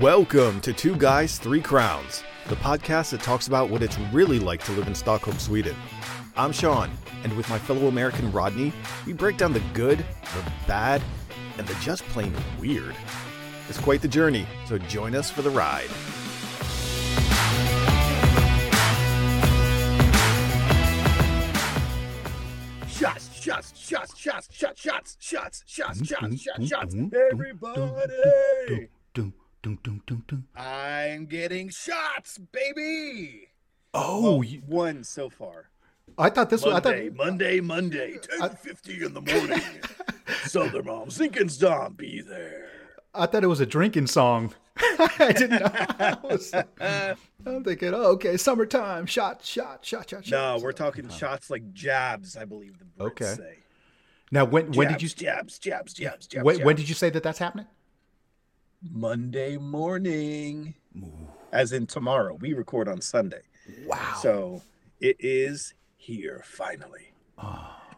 Welcome to Two Guys, Three Crowns, the podcast that talks about what it's really like to live in Stockholm, Sweden. I'm Sean, and with my fellow American Rodney, we break down the good, the bad, and the just plain weird. It's quite the journey, so join us for the ride. shots, shots, shots, shots, shots, shots, shots, Mm-hmm, shots, shots, shots, shots. Dun, mm-hmm, Everybody, dun, dun, dun, dun, dun. I'm getting shots, baby. Oh, you, One so far. I thought this was. I thought, Monday, Monday, Monday, ten fifty in the morning. Southern mom, Zinkensdom, be there. I thought it was a drinking song. I didn't know. I was, I'm thinking, oh, okay, summertime, shot, shot, shot, shot, shot. No, we're talking shots like jabs. I believe the Brits Uh-huh. Okay. say. Now, when when did you Jabs, jabs, jabs, jabs, jabs? when, when jabs. did you say that that's happening? Monday morning, as in tomorrow. We record on Sunday. Wow. So it is here finally.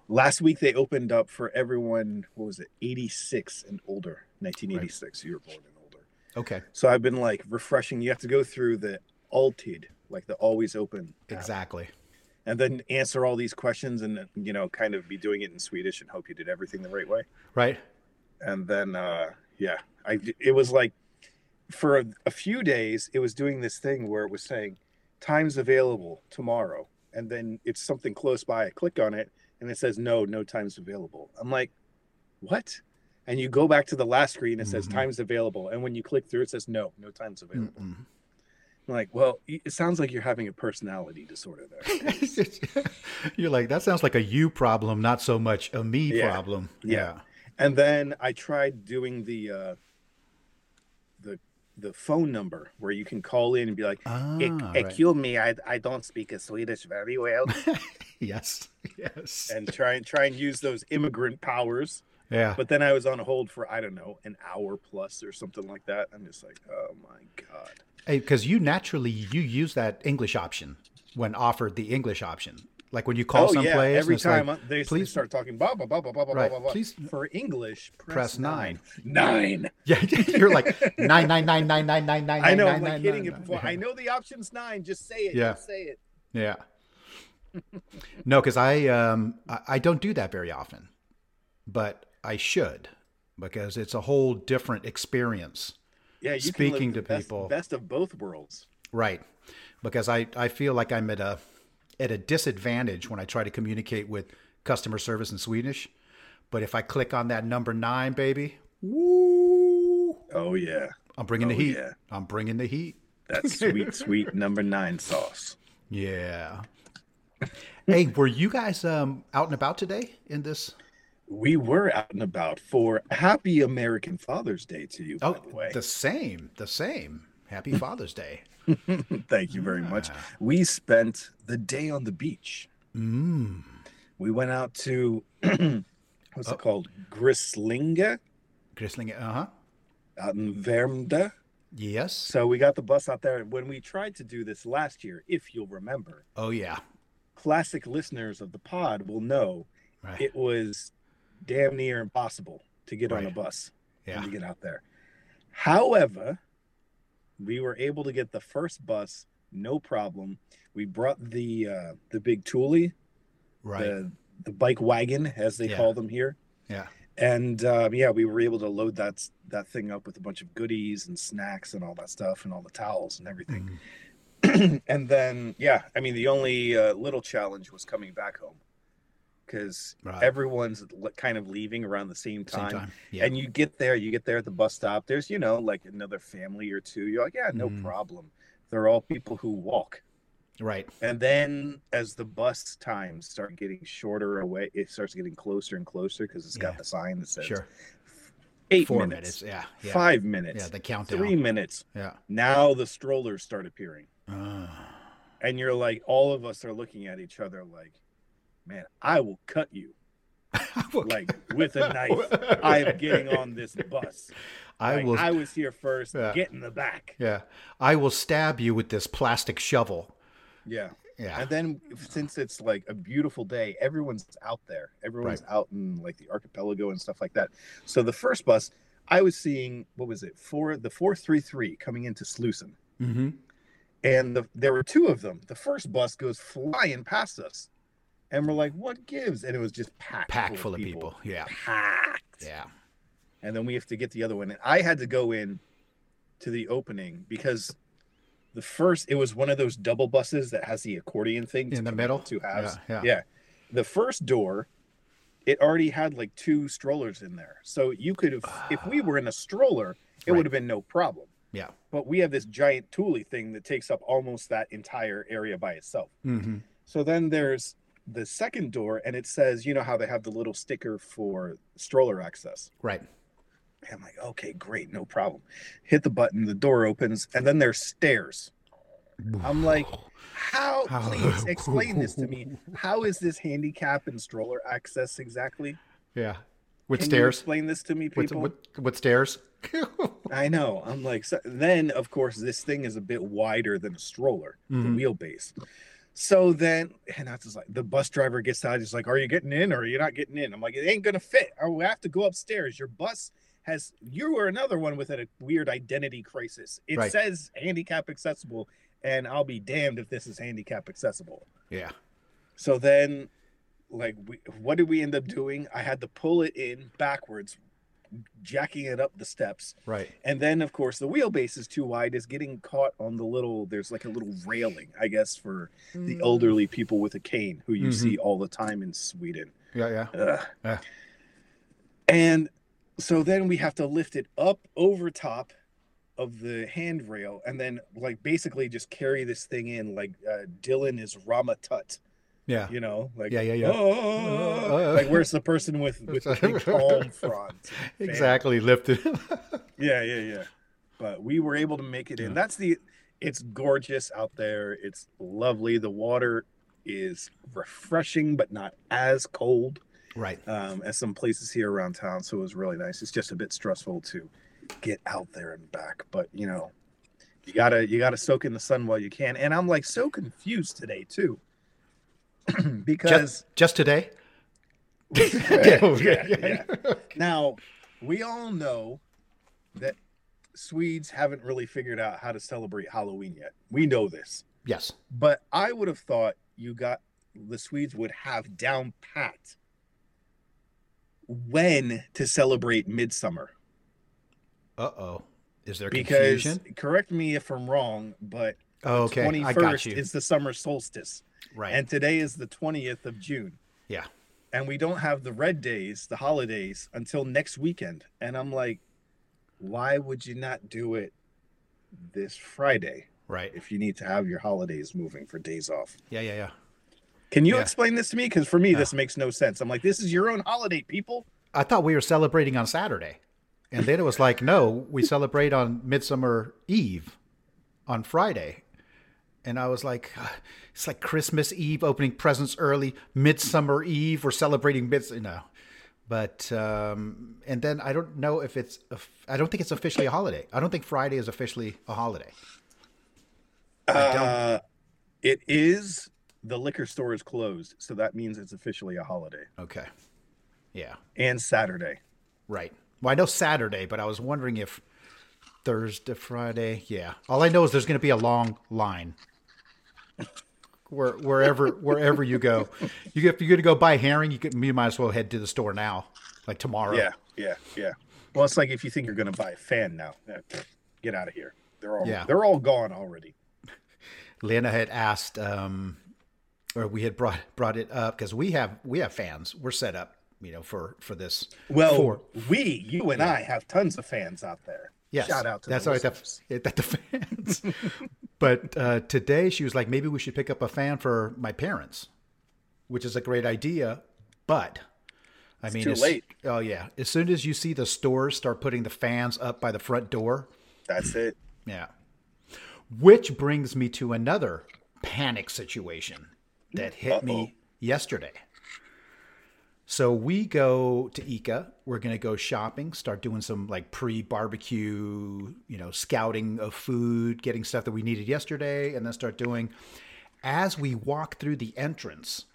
Last week they opened up for everyone, what was it, 86 and older, 1986. You were born and older. Okay, So I've been like refreshing. You have to go through the Alted, like the always open. app, exactly. And then answer all these questions and, you know, kind of be doing it in Swedish and hope you did everything the right way. Right. And then, uh, yeah, I, it was like for a, a few days, it was doing this thing where it was saying, time's available tomorrow and then it's something close by i click on it and it says no no time's available i'm like what and you go back to the last screen it says Mhm. time's available and when you click through it says no no time's available Mm-mm. I'm like well y- it sounds like you're having a personality disorder there You're like that sounds like a you problem, not so much a me Yeah. problem. Yeah. and then i tried doing the uh the the phone number where you can call in and be like Ah, "Ec- right. excuse me I, I don't speak swedish very well Yes. Yes. and try and try and use those immigrant powers yeah. But then I was on hold for I don't know an hour plus or something like that. I'm just like, oh my god. because you naturally you use that English option when offered the English option, like when you call oh someplace. yeah, and every it's like, time uh, they, they please- start talking blah blah blah blah blah blah Right, blah blah. please- for English, press, press nine. Nine. yeah, you're like nine nine nine nine nine nine nine. I know. nine, I'm like nine, hitting nine, it before. nine. I know the option's nine. Just say it. Yeah. Just say it. Yeah. no, because I um I, I don't do that very often, but I should because it's a whole different experience. Yeah. You can Speaking live the to best, people. Best of both worlds. Right. Because I, I feel like I'm at a at a disadvantage when I try to communicate with customer service in Swedish. But if I click on that number nine, baby, woo, Oh yeah. I'm bringing the Oh, heat. yeah. I'm bringing the heat. That sweet, sweet number nine sauce. Yeah. hey, were you guys um, out and about today in this? We were out and about for Happy American Father's Day to you, by Oh, the way. the same, the same. Happy Father's Day. Thank you very much. We spent the day on the beach. Mm. We went out to what's Oh. it called? Grislinga Grisling, uh huh. out in Värmdö. Yes. So we got the bus out there. When we tried to do this last year, if you'll remember, Oh, yeah. classic listeners of the pod will know Right. it was damn near impossible to get on a Right. bus and yeah. to get out there. However, we were able to get the first bus, no problem. We brought the uh, the big Thule, Right. the, the bike wagon as they Yeah. call them here Yeah. and um, yeah we were able to load that s- that thing up with a bunch of goodies and snacks and all that stuff and all the towels and everything Mhm. and then yeah i mean the only uh, little challenge was coming back home because Right. everyone's l- kind of leaving around the same Same time, time. Yeah. and you get there you get there at the bus stop there's you know like another family or two you're like yeah no Mhm. problem they're all people who walk right. and then as the bus times start getting shorter away, it starts getting closer and closer because it's got Yeah. the sign that says Sure. eight Four minutes, minutes. Yeah. Yeah. five minutes, Yeah, the countdown. three minutes. Yeah. Now the strollers start appearing. Ah. And you're like, all of us are looking at each other like, man, I will cut you like with a knife. I am getting on this bus. I Like, will. I was here first. Yeah. Get in the back. yeah. I will stab you with this plastic shovel. Yeah. Yeah. And then since it's like a beautiful day, everyone's out there. Everyone's out in like the archipelago and stuff like that. So the first bus, I was seeing what was it for the four three three coming into Sluicen, Mm-hmm. and the, there were two of them. The first bus goes flying past us, and we're like, "What gives?" And it was just packed, Packed full of people. Yeah. packed. Yeah. And then we have to get the other one. And I had to go in to the opening because the first it was one of those double buses that has the accordion thing to In the come middle? two halves. Yeah, yeah. The first door, it already had like two strollers in there, so you could have. if we were in a stroller, it Right. would have been no problem. Yeah. But we have this giant Thule thing that takes up almost that entire area by itself. Mm-hmm. So then there's the second door, and it says, you know how they have the little sticker for stroller access. Right. And I'm like, okay, great, no problem. Hit the button, the door opens, and then there's stairs. I'm like, how? How- Please explain this to me. How is this handicap and stroller access exactly? Yeah. With Can you stairs. explain this to me, With, people. with, with stairs. I know. I'm like, so, then of course this thing is a bit wider than a stroller, Mhm. the wheelbase. So then, and I was just like, the bus driver gets out. He's like, "Are you getting in or are you not getting in?" I'm like, "It ain't gonna fit. I will have to go upstairs. Your bus has you or another one with a weird identity crisis. It Right. says handicap accessible, and I'll be damned if this is handicap accessible." yeah. So then, like, we, what did we end up doing? I had to pull it in backwards, jacking it up the steps. Right. And then, of course, the wheelbase is too wide. Is getting caught on the little. There's like a little railing, I guess, for the elderly people with a cane who you Mhm. see all the time in Sweden. Yeah. Yeah. Ugh. Yeah. And so then we have to lift it up over top of the handrail, and then like basically just carry this thing in like uh, Dylan is Rama Tut, Yeah. you know, like Ah. Yeah, yeah, yeah. "Oh." like where's the person with with the big palm fronds? and fan? Exactly. Lifted. Yeah, yeah, yeah. But we were able to make it in. Yeah. That's the. It's gorgeous out there. It's lovely. The water is refreshing, but not as cold right. um, as some places here around town. So it was really nice. It's just a bit stressful to get out there and back, but you know, you gotta you gotta soak in the sun while you can. And I'm like so confused today too, because Just, just today. yeah, yeah. Now, we all know that Swedes haven't really figured out how to celebrate Halloween yet. We know this. Yes. But I would have thought you got the Swedes would have down pat when to celebrate midsummer. Uh oh. Is there Because confusion? correct me if I'm wrong, but Oh, okay. twenty I got first you. is the summer solstice. right. And today is the twentieth of June. yeah. and we don't have the red days, the holidays, until next weekend. And I'm like, why would you not do it this Friday Right. if you need to have your holidays moving for days off? Yeah. Yeah. Yeah. Can you Yeah. explain this to me? Because for me, this makes no sense. I'm like, this is your own holiday, people. I thought we were celebrating on Saturday. And then it was like, no, we celebrate on Midsummer Eve on Friday. And I was like, "Ah, it's like Christmas Eve, opening presents early, Midsummer Eve, we're celebrating mids. No. But, um, and then I don't know if it's, I don't think it's officially a holiday. I don't think Friday is officially a holiday. Uh, it is the liquor store is closed, so that means it's officially a holiday. Okay. Yeah. And Saturday. Right. Well, I know Saturday, but I was wondering if Thursday, Friday. Yeah. All I know is there's going to be a long line. Where, wherever wherever you go, you if you're going to go buy herring, you could you might as well head to the store now, like tomorrow. Yeah, yeah, yeah. Well, it's like if you think you're going to buy a fan now, eh, pfft, get out of here. They're all Yeah. they're all gone already. Lena had asked, um, or we had brought brought it up because we have we have fans. We're set up, you know, for for this. Well, for, we, you and I have tons of fans out there. Yes. Shout out to that's the all right. That, listeners. that the fans. but uh, today she was like, maybe we should pick up a fan for my parents, which is a great idea. But I mean, too as- late. Oh yeah. As soon as you see the stores start putting the fans up by the front door, That's it. yeah. Which brings me to another panic situation that hit me yesterday. So we go to Ica. We're going to go shopping, start doing some like pre barbecue, you know, scouting of food, getting stuff that we needed yesterday, and then start doing. As we walk through the entrance,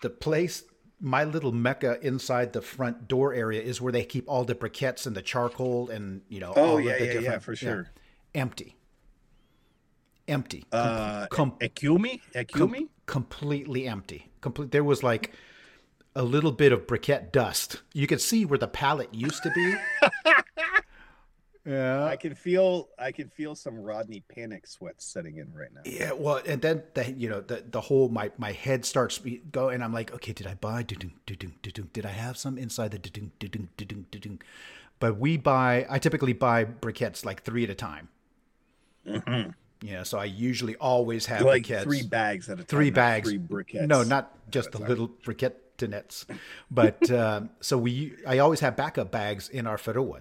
the place my little mecca inside the front door area is where they keep all the briquettes and the charcoal and you know. Oh, all of yeah, the yeah, yeah, different- for sure. Empty. Empty. Uh, Com- Ekumi? com- Ekumi? completely empty. Complete. There was like a little bit of briquette dust. You could see where the pallet used to be. yeah. I can feel I can feel some Rodney panic sweat setting in right now. Yeah, well, and then the you know the the whole my my head starts be- go, and I'm like, okay, did I buy? Do-dum, do-dum, do-dum. Did I have some inside the? Do-dum, do-dum, do-dum, do-dum? But we buy. I typically buy briquettes like three at a time. Yeah, so I usually always have Mm-hmm. Like briquettes. three bags at a time. Three not bags. Three briquettes. No, not just the little briquettinets, but um, so we. I always have backup bags in our Ferrowood,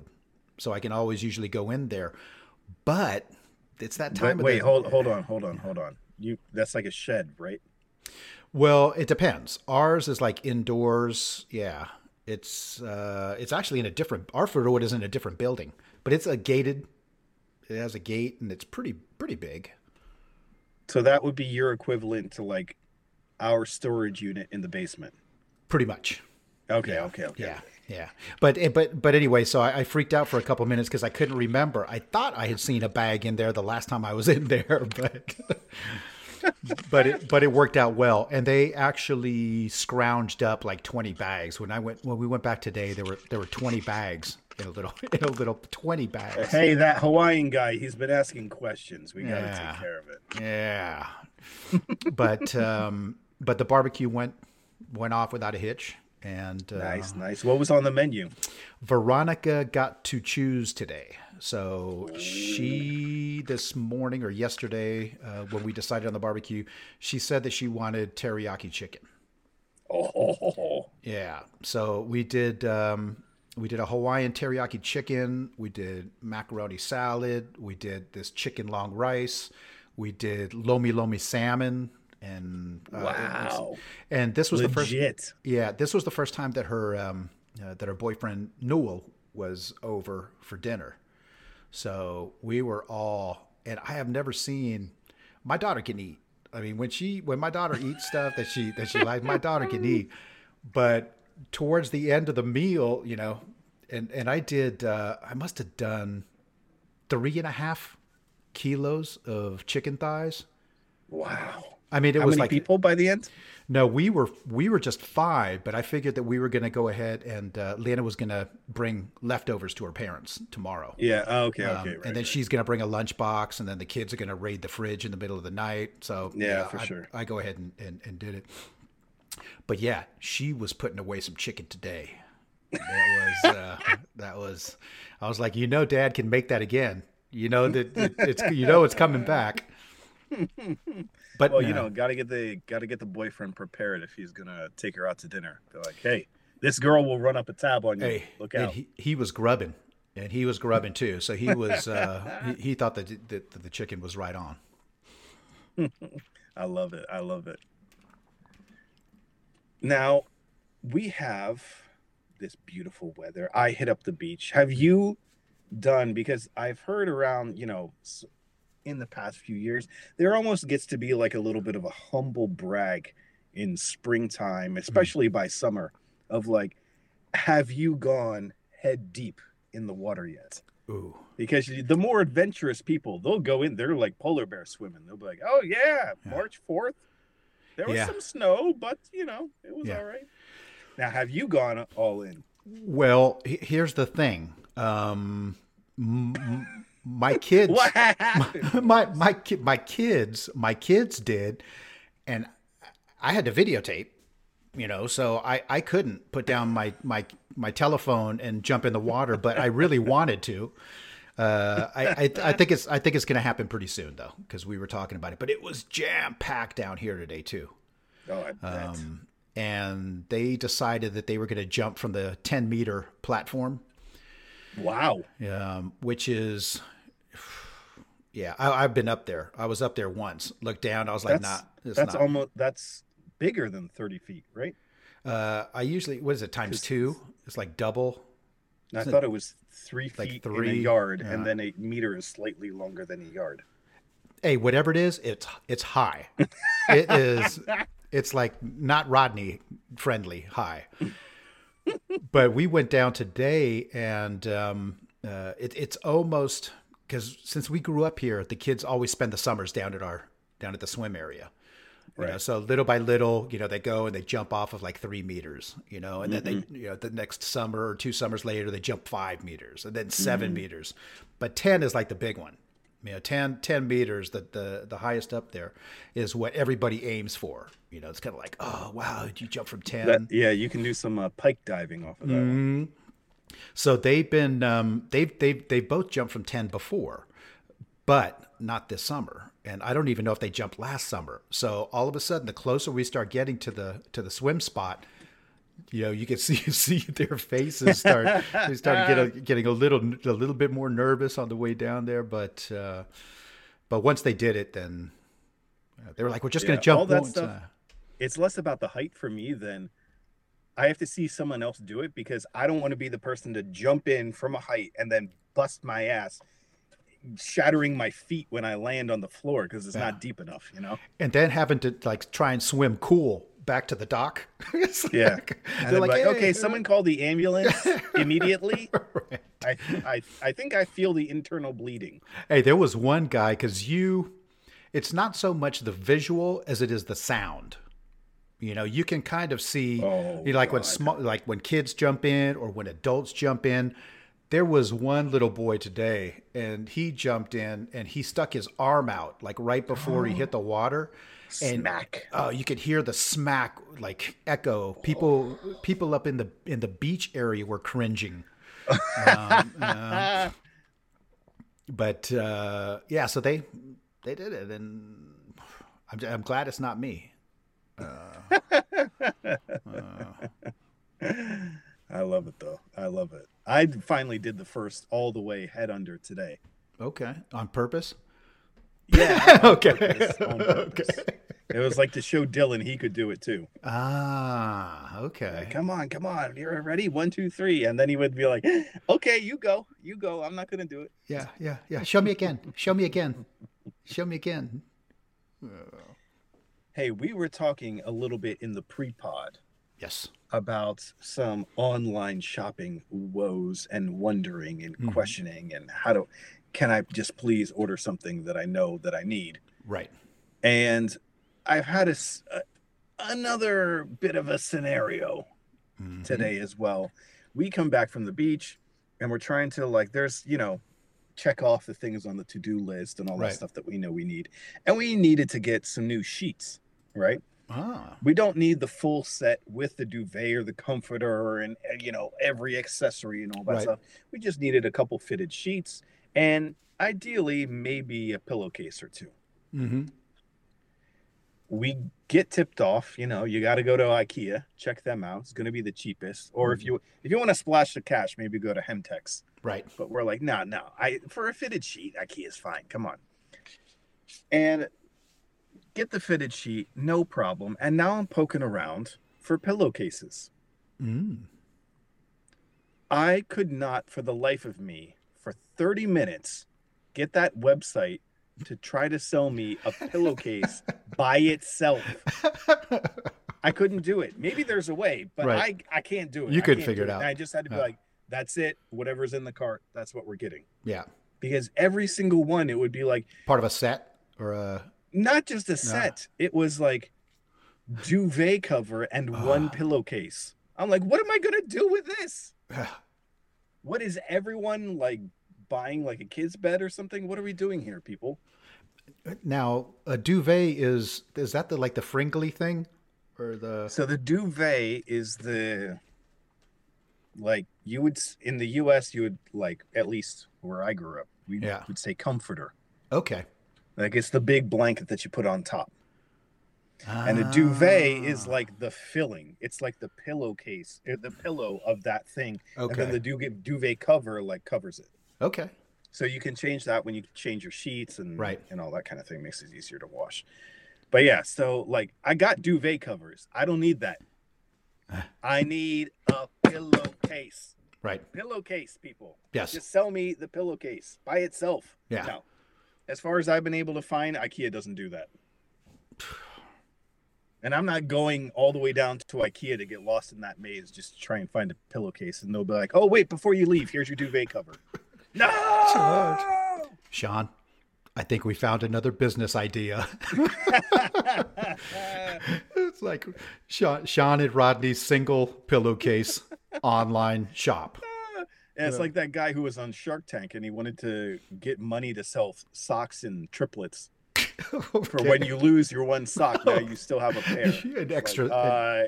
so I can always usually go in there. But it's that But time. of wait, the, hold hold on, hold on, hold on. You that's like a shed, right? Well, it depends. Ours is like indoors. Yeah, it's uh, it's actually in a different. Our Road is in a different building, but it's a gated. It has a gate and it's pretty pretty big. So that would be your equivalent to like our storage unit in the basement. Pretty much. Okay, okay, okay. Yeah, yeah. But eh, but but anyway, so I, I freaked out for a couple minutes because I couldn't remember. I thought I had seen a bag in there the last time I was in there, but but it but it worked out well. And they actually scrounged up like twenty bags. When I went when we went back today, there were there were twenty bags in a little in a little twenty bags. Hey, that Hawaiian guy, he's been asking questions. We gotta Yeah. take care of it. Yeah. But um but the barbecue went went off without a hitch. And uh, Nice, nice. What was on the menu? Veronica got to choose today. So she this morning or yesterday uh, when we decided on the barbecue, she said that she wanted teriyaki chicken. Uh, Oh, Yeah. So we did um, we did a Hawaiian teriyaki chicken. We did macaroni salad. We did this chicken long rice. We did lomi lomi salmon and uh, wow. and this was the first Legit. yeah, this was the first time that her um, uh, that her boyfriend Newell was over for dinner. So we were all, and I have never seen my daughter can eat. I mean, when she when my daughter eats stuff that she that she likes, my daughter can eat. But towards the end of the meal, you know, and and I did, uh, I must have done three and a half kilos of chicken thighs. Wow. I mean, it How was many like people by the end? no, we were we were just five, but I figured that we were going to go ahead and uh, Lana was going to bring leftovers to her parents tomorrow, Yeah. oh, okay. Um, Okay. right, and then right. she's going to bring a lunchbox, and then the kids are going to raid the fridge in the middle of the night. So Yeah, for I, sure. I go ahead and, and, and did it. But yeah, she was putting away some chicken today. That was uh, that was. I was like, you know, Dad can make that again. You know that it, it's you know it's coming back. But Well, you no. know, gotta get the gotta get the boyfriend prepared if he's gonna take her out to dinner. They're like, hey, this girl will run up a tab on you. Hey, Look and out. He, he was grubbing, and he was grubbing too. So he was uh, he, he thought that, that the chicken was right on. I love it. I love it. Now, we have this beautiful weather. I hit up the beach. Have you done because I've heard around, you know, s- in the past few years, there almost gets to be like a little bit of a humble brag in springtime, especially by summer, of like, have you gone head deep in the water yet? Ooh, because you- the more adventurous people, they'll go in. They're like polar bear swimming. They'll be like, "Oh yeah, Yeah. March fourth, there was Yeah. some snow, but you know it was Yeah. all right." Now, have you gone all in? well, he- here's the thing. Um, m- m- my kids, What happened? my my ki- my kids, my kids did, and I had to videotape. You know, so I, I couldn't put down my, my my telephone and jump in the water, but I really wanted to. Uh, I, I I think it's I think it's going to happen pretty soon though, because we were talking about it. But it was jam packed down here today too, oh, I bet. um, and they decided that they were going to jump from the ten meter platform wow. um, which is yeah I, i've been up there i was up there once looked down i was like That's nah it's that's not almost that's bigger than thirty feet, right? uh, i usually what is it times two it's like double And I Isn't it thought it was three like feet in a three? yard, Yeah. and then a meter is slightly longer than a yard. hey whatever it is it's it's high it is It's like not Rodney friendly. Hi. but we went down today, and um, uh, it, it's almost because since we grew up here, the kids always spend the summers down at our down at the swim area. You know, Right. so little by little, you know, they go and they jump off of like three meters, you know, and then Mm-hmm. they, you know, the next summer or two summers later, they jump five meters and then 7 Mm-hmm. meters. But 10 is like the big one. You know, 10, 10 meters, the, the, the highest up there is what everybody aims for. You know, it's kind of like, oh, wow, you jump from 10. That, yeah, you can do some uh, pike diving off of that. one. So they've been um, they've they've they both jumped from ten before, but not this summer. And I don't even know if they jumped last summer. So all of a sudden, the closer we start getting to the to the swim spot, you know, you can see see their faces start they start getting getting a little a little bit more nervous on the way down there. But uh, but once they did it, then uh, they were like, "We're just going Yeah, to jump uh," all that one stuff- time." It's less about the height for me than I have to see someone else do it because I don't want to be the person to jump in from a height and then bust my ass, shattering my feet when I land on the floor because it's Yeah. not deep enough, you know? and then having to like try and swim cool back to the dock. It's Yeah. like- And they're then like, "Hey, uh" okay, someone call the ambulance immediately. Right. I, I, I think I feel the internal bleeding. Hey, there was one guy because you, it's not so much the visual as it is the sound. You know, you can kind of see, Oh, you know, like when God. small, like when kids jump in or when adults jump in. There was one little boy today, and he jumped in and he stuck his arm out like right before Oh. he hit the water, and Smack. Oh, you could hear the smack like echo. People people up in the in the beach area were cringing. Um, uh, but uh, yeah, so they they did it, and I'm, I'm glad it's not me. I love it though. I love it. I finally did the first all the way head under today. Okay, on purpose. Yeah. okay. on purpose. okay. it was like to show Dylan he could do it too. Ah, okay. Like, come on, come on. You're ready. One, two, three. And then he would be like, okay, you go. You go. I'm not going to do it. Yeah, yeah, yeah. Show me again. Show me again. Show me again. Hey, we were talking a little bit in the pre pod Yes. about some online shopping woes and wondering and Mhm. questioning and how to, can I just please order something that I know that I need? Right. And I've had a, s- a- another bit of a scenario Mhm. today as well. We come back from the beach and we're trying to like there's, you know, check off the things on the to-do list and all Right. that stuff that we know we need. And we needed to get some new sheets, right? Ah. We don't need the full set with the duvet or the comforter and uh, you know, every accessory and all that Right. stuff. We just needed a couple fitted sheets and ideally maybe a pillowcase or two. Mm-hmm. we get tipped off you know you got to go to ikea check them out it's going to be the cheapest or if you if you want to splash the cash maybe go to hemtex Right. but we're like no no i for a fitted sheet ikea's fine come on and get the fitted sheet no problem and now i'm poking around for pillowcases Mm. i could not for the life of me for 30 minutes get that website to try to sell me a pillowcase by itself I couldn't do it. Maybe there's a way, but Right. I I can't do it. You I couldn't can't figure do it out. And I just had to be Yeah. like, that's it. Whatever's in the cart, that's what we're getting. yeah. Because every single one, it would be like Part of a set or a not just a set. It was like duvet cover and one Ah. pillowcase. I'm like, what am I gonna do with this? What is everyone like buying like a kid's bed or something? What are we doing here, people? now a duvet is is that the like the fringly thing or the So the duvet is the like you would s- in the U.S. you would like at least where I grew up we Yeah. would say comforter. okay Like it's the big blanket that you put on top, and the duvet is Ah, like the filling. It's like the pillowcase, or the pillow of that thing, and okay then the duvet, duvet cover like covers it. okay So you can change that when you change your sheets and Right. and all that kind of thing makes it easier to wash. But yeah, so like I got duvet covers. I don't need that. Ah. I need a pillowcase. right Pillowcase, people. Yes. Just sell me the pillowcase by itself. Yeah. No. As far as I've been able to find, IKEA doesn't do that. And I'm not going all the way down to IKEA to get lost in that maze just to try and find a pillowcase. And they'll be like, "Oh wait, before you leave, here's your duvet cover." No. Sean, I think we found another business idea. it's like Sean, Sean and Rodney's single pillowcase online shop. And it's like that guy who was on Shark Tank and he wanted to get money to sell socks in triplets. For when you lose your one sock, now you still have a pair. An It's like, extra- uh,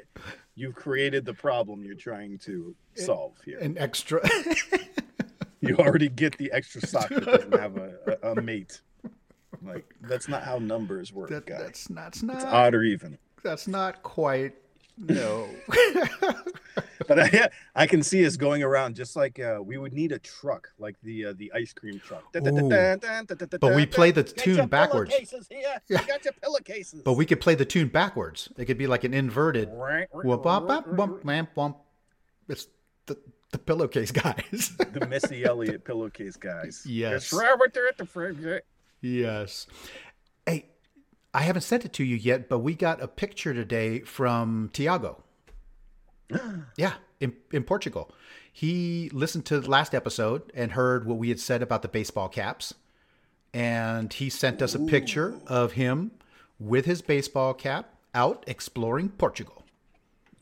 you've created the problem you're trying to solve here. an extra you already get the extra sock that doesn't have a, a, a mate. Like that's not how numbers work, that, guys. that's not that's not, Odd or even. that's not quite no. But I, I can see us going around just like uh, we would need a truck, like the uh, the ice cream truck. But But we play the tune backwards. Here. You got your pillowcases. but we could play the tune backwards. It could be like an inverted whoop, bop, bop, bump, bump, bump. It's the the pillowcase guys. the Missy Elliott pillowcase guys. Yes. It's right there at the front. Yes. Hey, I haven't sent it to you yet, but we got a picture today from Tiago. yeah, in, in Portugal. He listened to the last episode and heard what we had said about the baseball caps. And he sent us a picture of him with his baseball cap out exploring Portugal.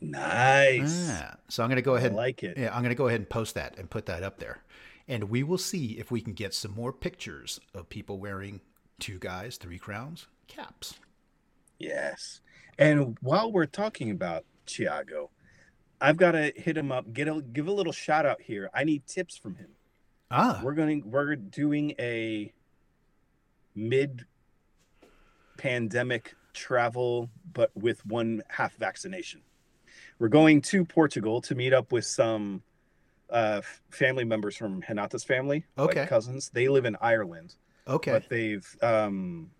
Nice. Yeah. So I'm going to go ahead. I like it. Yeah, I'm going to go ahead Ah, and post that and put that up there. And we will see if we can get some more pictures of people wearing two guys, three crowns caps. Yes. And while we're talking about Chiago, I've got to hit him up. Get a give a little shout out here. I need tips from him. Ah, We're going. to We're doing a mid pandemic travel, but with one half vaccination. We're going to Portugal to meet up with some uh, f- family members from Hanata's family, like Okay. cousins. They live in Ireland okay. but they've um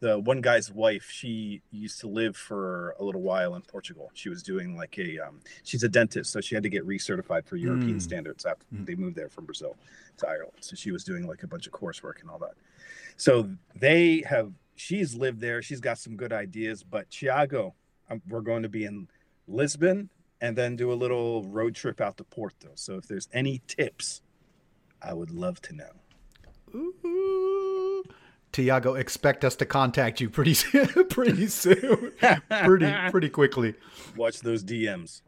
the one guy's wife she used to live for a little while in portugal she was doing like a um, she's a dentist so she had to get recertified for european Mm. standards after Mm. they moved there from brazil to ireland so she was doing like a bunch of coursework and all that so they have she's lived there she's got some good ideas but Thiago, um, we're going to be in lisbon and then do a little road trip out to porto so if there's any tips i would love to know Ooh. Tiago, expect us to contact you pretty soon, pretty soon, pretty pretty quickly. watch those DMs.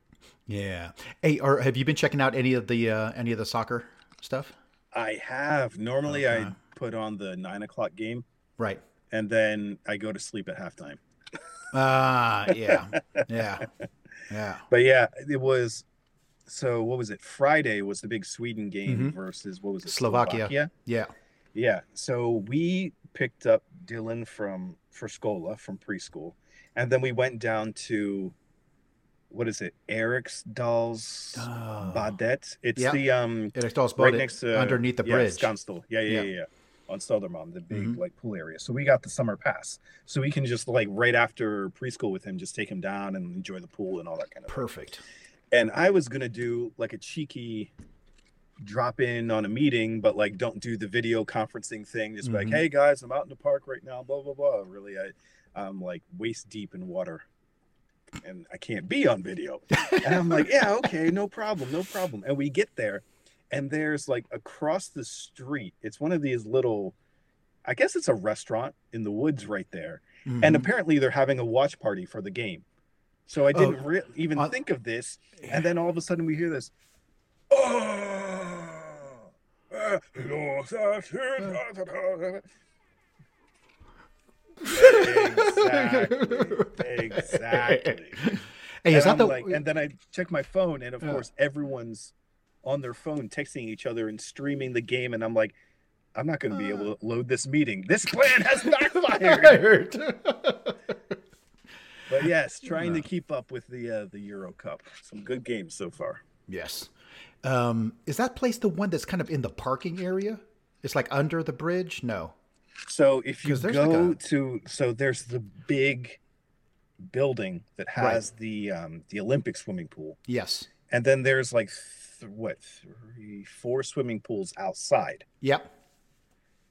Yeah. Hey, or have you been checking out any of the uh, any of the soccer stuff? I have. Normally, Okay. I put on the nine o'clock game Right. and then I go to sleep at halftime. Ah, yeah, yeah, yeah. But yeah, it was. So what was it? Friday was the big Sweden game Mhm. versus what was it? Slovakia. Yeah. Yeah. So we picked up Dylan from for Scola from preschool, and then we went down to what is it? Eric's Dolls Oh. Badet. It's Yeah. the um It was right next to underneath the yeah, bridge. Skanstull. Yeah, yeah, Yeah. yeah, yeah, On Södermalm, the big Mhm. like pool area. So we got the summer pass, so we can just like right after preschool with him, just take him down and enjoy the pool and all that kind of. Perfect. And I was gonna do like a cheeky drop in on a meeting, but like don't do the video conferencing thing. Just be Mhm. like, hey guys, I'm out in the park right now. Blah blah blah. Really, I I'm like waist deep in water. And I can't be on video. And I'm like, yeah, okay, no problem, no problem. And we get there, and there's like across the street, it's one of these little, I guess it's a restaurant in the woods right there. And Mhm. apparently they're having a watch party for the game. So I Oh, didn't re- even on- think of this. And then all of a sudden we hear this. "Oh, uh, you're such a-" exactly. Exactly. Hey, is and, I'm that the like, and then I check my phone, and of Yeah. course, everyone's on their phone texting each other and streaming the game. And I'm like, I'm not going to be Uh. able to load this meeting. This plan has backfired. but yes, trying to keep up with the uh, the Euro Cup. Some good games so far. yes. Um, is that place the one that's kind of in the parking area? It's like under the bridge? No. So if you 'Cause there's go like a- to, so there's the big building that Right. has the um, the Olympic swimming pool, Yes. and then there's like th- what three, four swimming pools outside. Yep.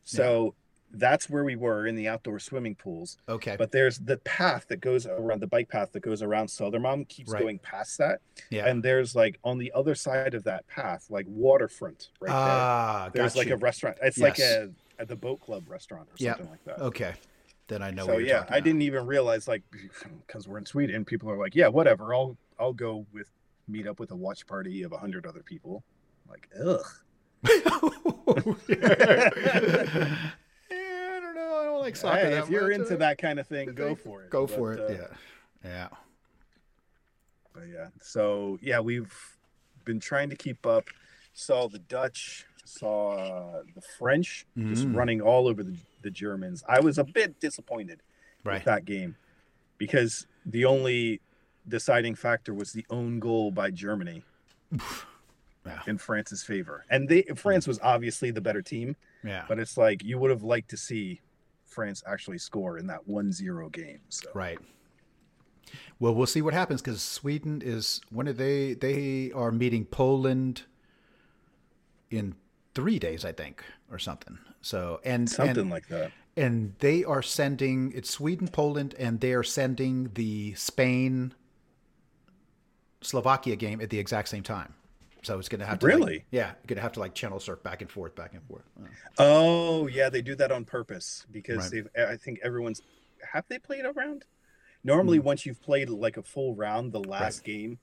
So that's where we were in the outdoor swimming pools. Okay. But there's the path that goes around the bike path that goes around Southermom keeps Right. going past that. yeah. And there's like on the other side of that path, like waterfront right there. ah, There's got like you. a restaurant. It's like a Yes. at the boat club restaurant or Yeah. something like that. okay. Then I know. so what you're yeah, talking I about. didn't even realize like because we're in Sweden, people are like, yeah, whatever. I'll I'll go with meet up with a watch party of a hundred other people. Like ugh. yeah, I don't know. I don't like soccer. Hey, that if you're much. eh? into that kind of thing, go for it. go But, for it. uh, yeah, yeah. But yeah, so yeah, we've been trying to keep up. Saw the Dutch, saw uh, the French, just Mm. running all over the, the Germans. I was a bit disappointed Right. with that game because the only deciding factor was the own goal by Germany Yeah. in France's favor, and they France was obviously the better team. Yeah. But it's like you would have liked to see France actually score in that 1-0 game. So Right. Well, we'll see what happens because Sweden is when are they? They are meeting Poland in three days, I think, or something. So and something and, like that. and they are sending it's Sweden, Poland, and they are sending the Spain Slovakia game at the exact same time. So it's gonna have to like- Really? yeah, gonna have to like channel surf back and forth, back and forth. Uh, Oh yeah, they do that on purpose because Right. they've. I think everyone's have they played a round. Mm. Normally, once you've played like a full round, the last game,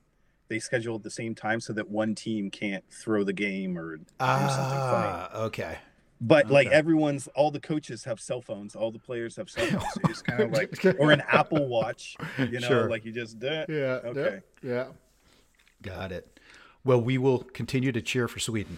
they schedule at the same time so that one team can't throw the game or do something funny. Ah, okay. But like okay. everyone's, all the coaches have cell phones, all the players have cell phones. So you just kind of like, or an Apple Watch, you know, Sure. like you just do. Yeah. yep, Okay. Yeah. Got it. Well, we will continue to cheer for Sweden.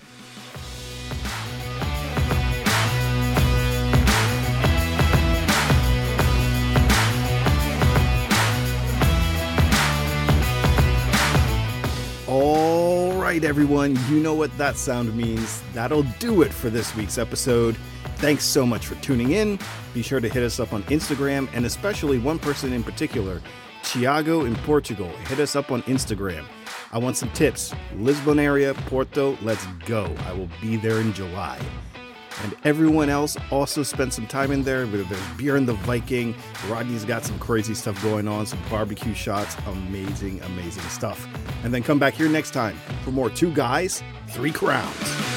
All right, everyone, you know what that sound means. That'll do it for this week's episode. Thanks so much for tuning in. Be sure to hit us up on Instagram and especially one person in particular, Thiago in Portugal. Hit us up on Instagram. I want some tips. Lisbon area, Porto, let's go. I will be there in July. And everyone else also spent some time in there. Whether there's beer in the Viking, Rodney's got some crazy stuff going on, some barbecue shots, amazing, amazing stuff. And then come back here next time for more Two Guys, Three Crowns.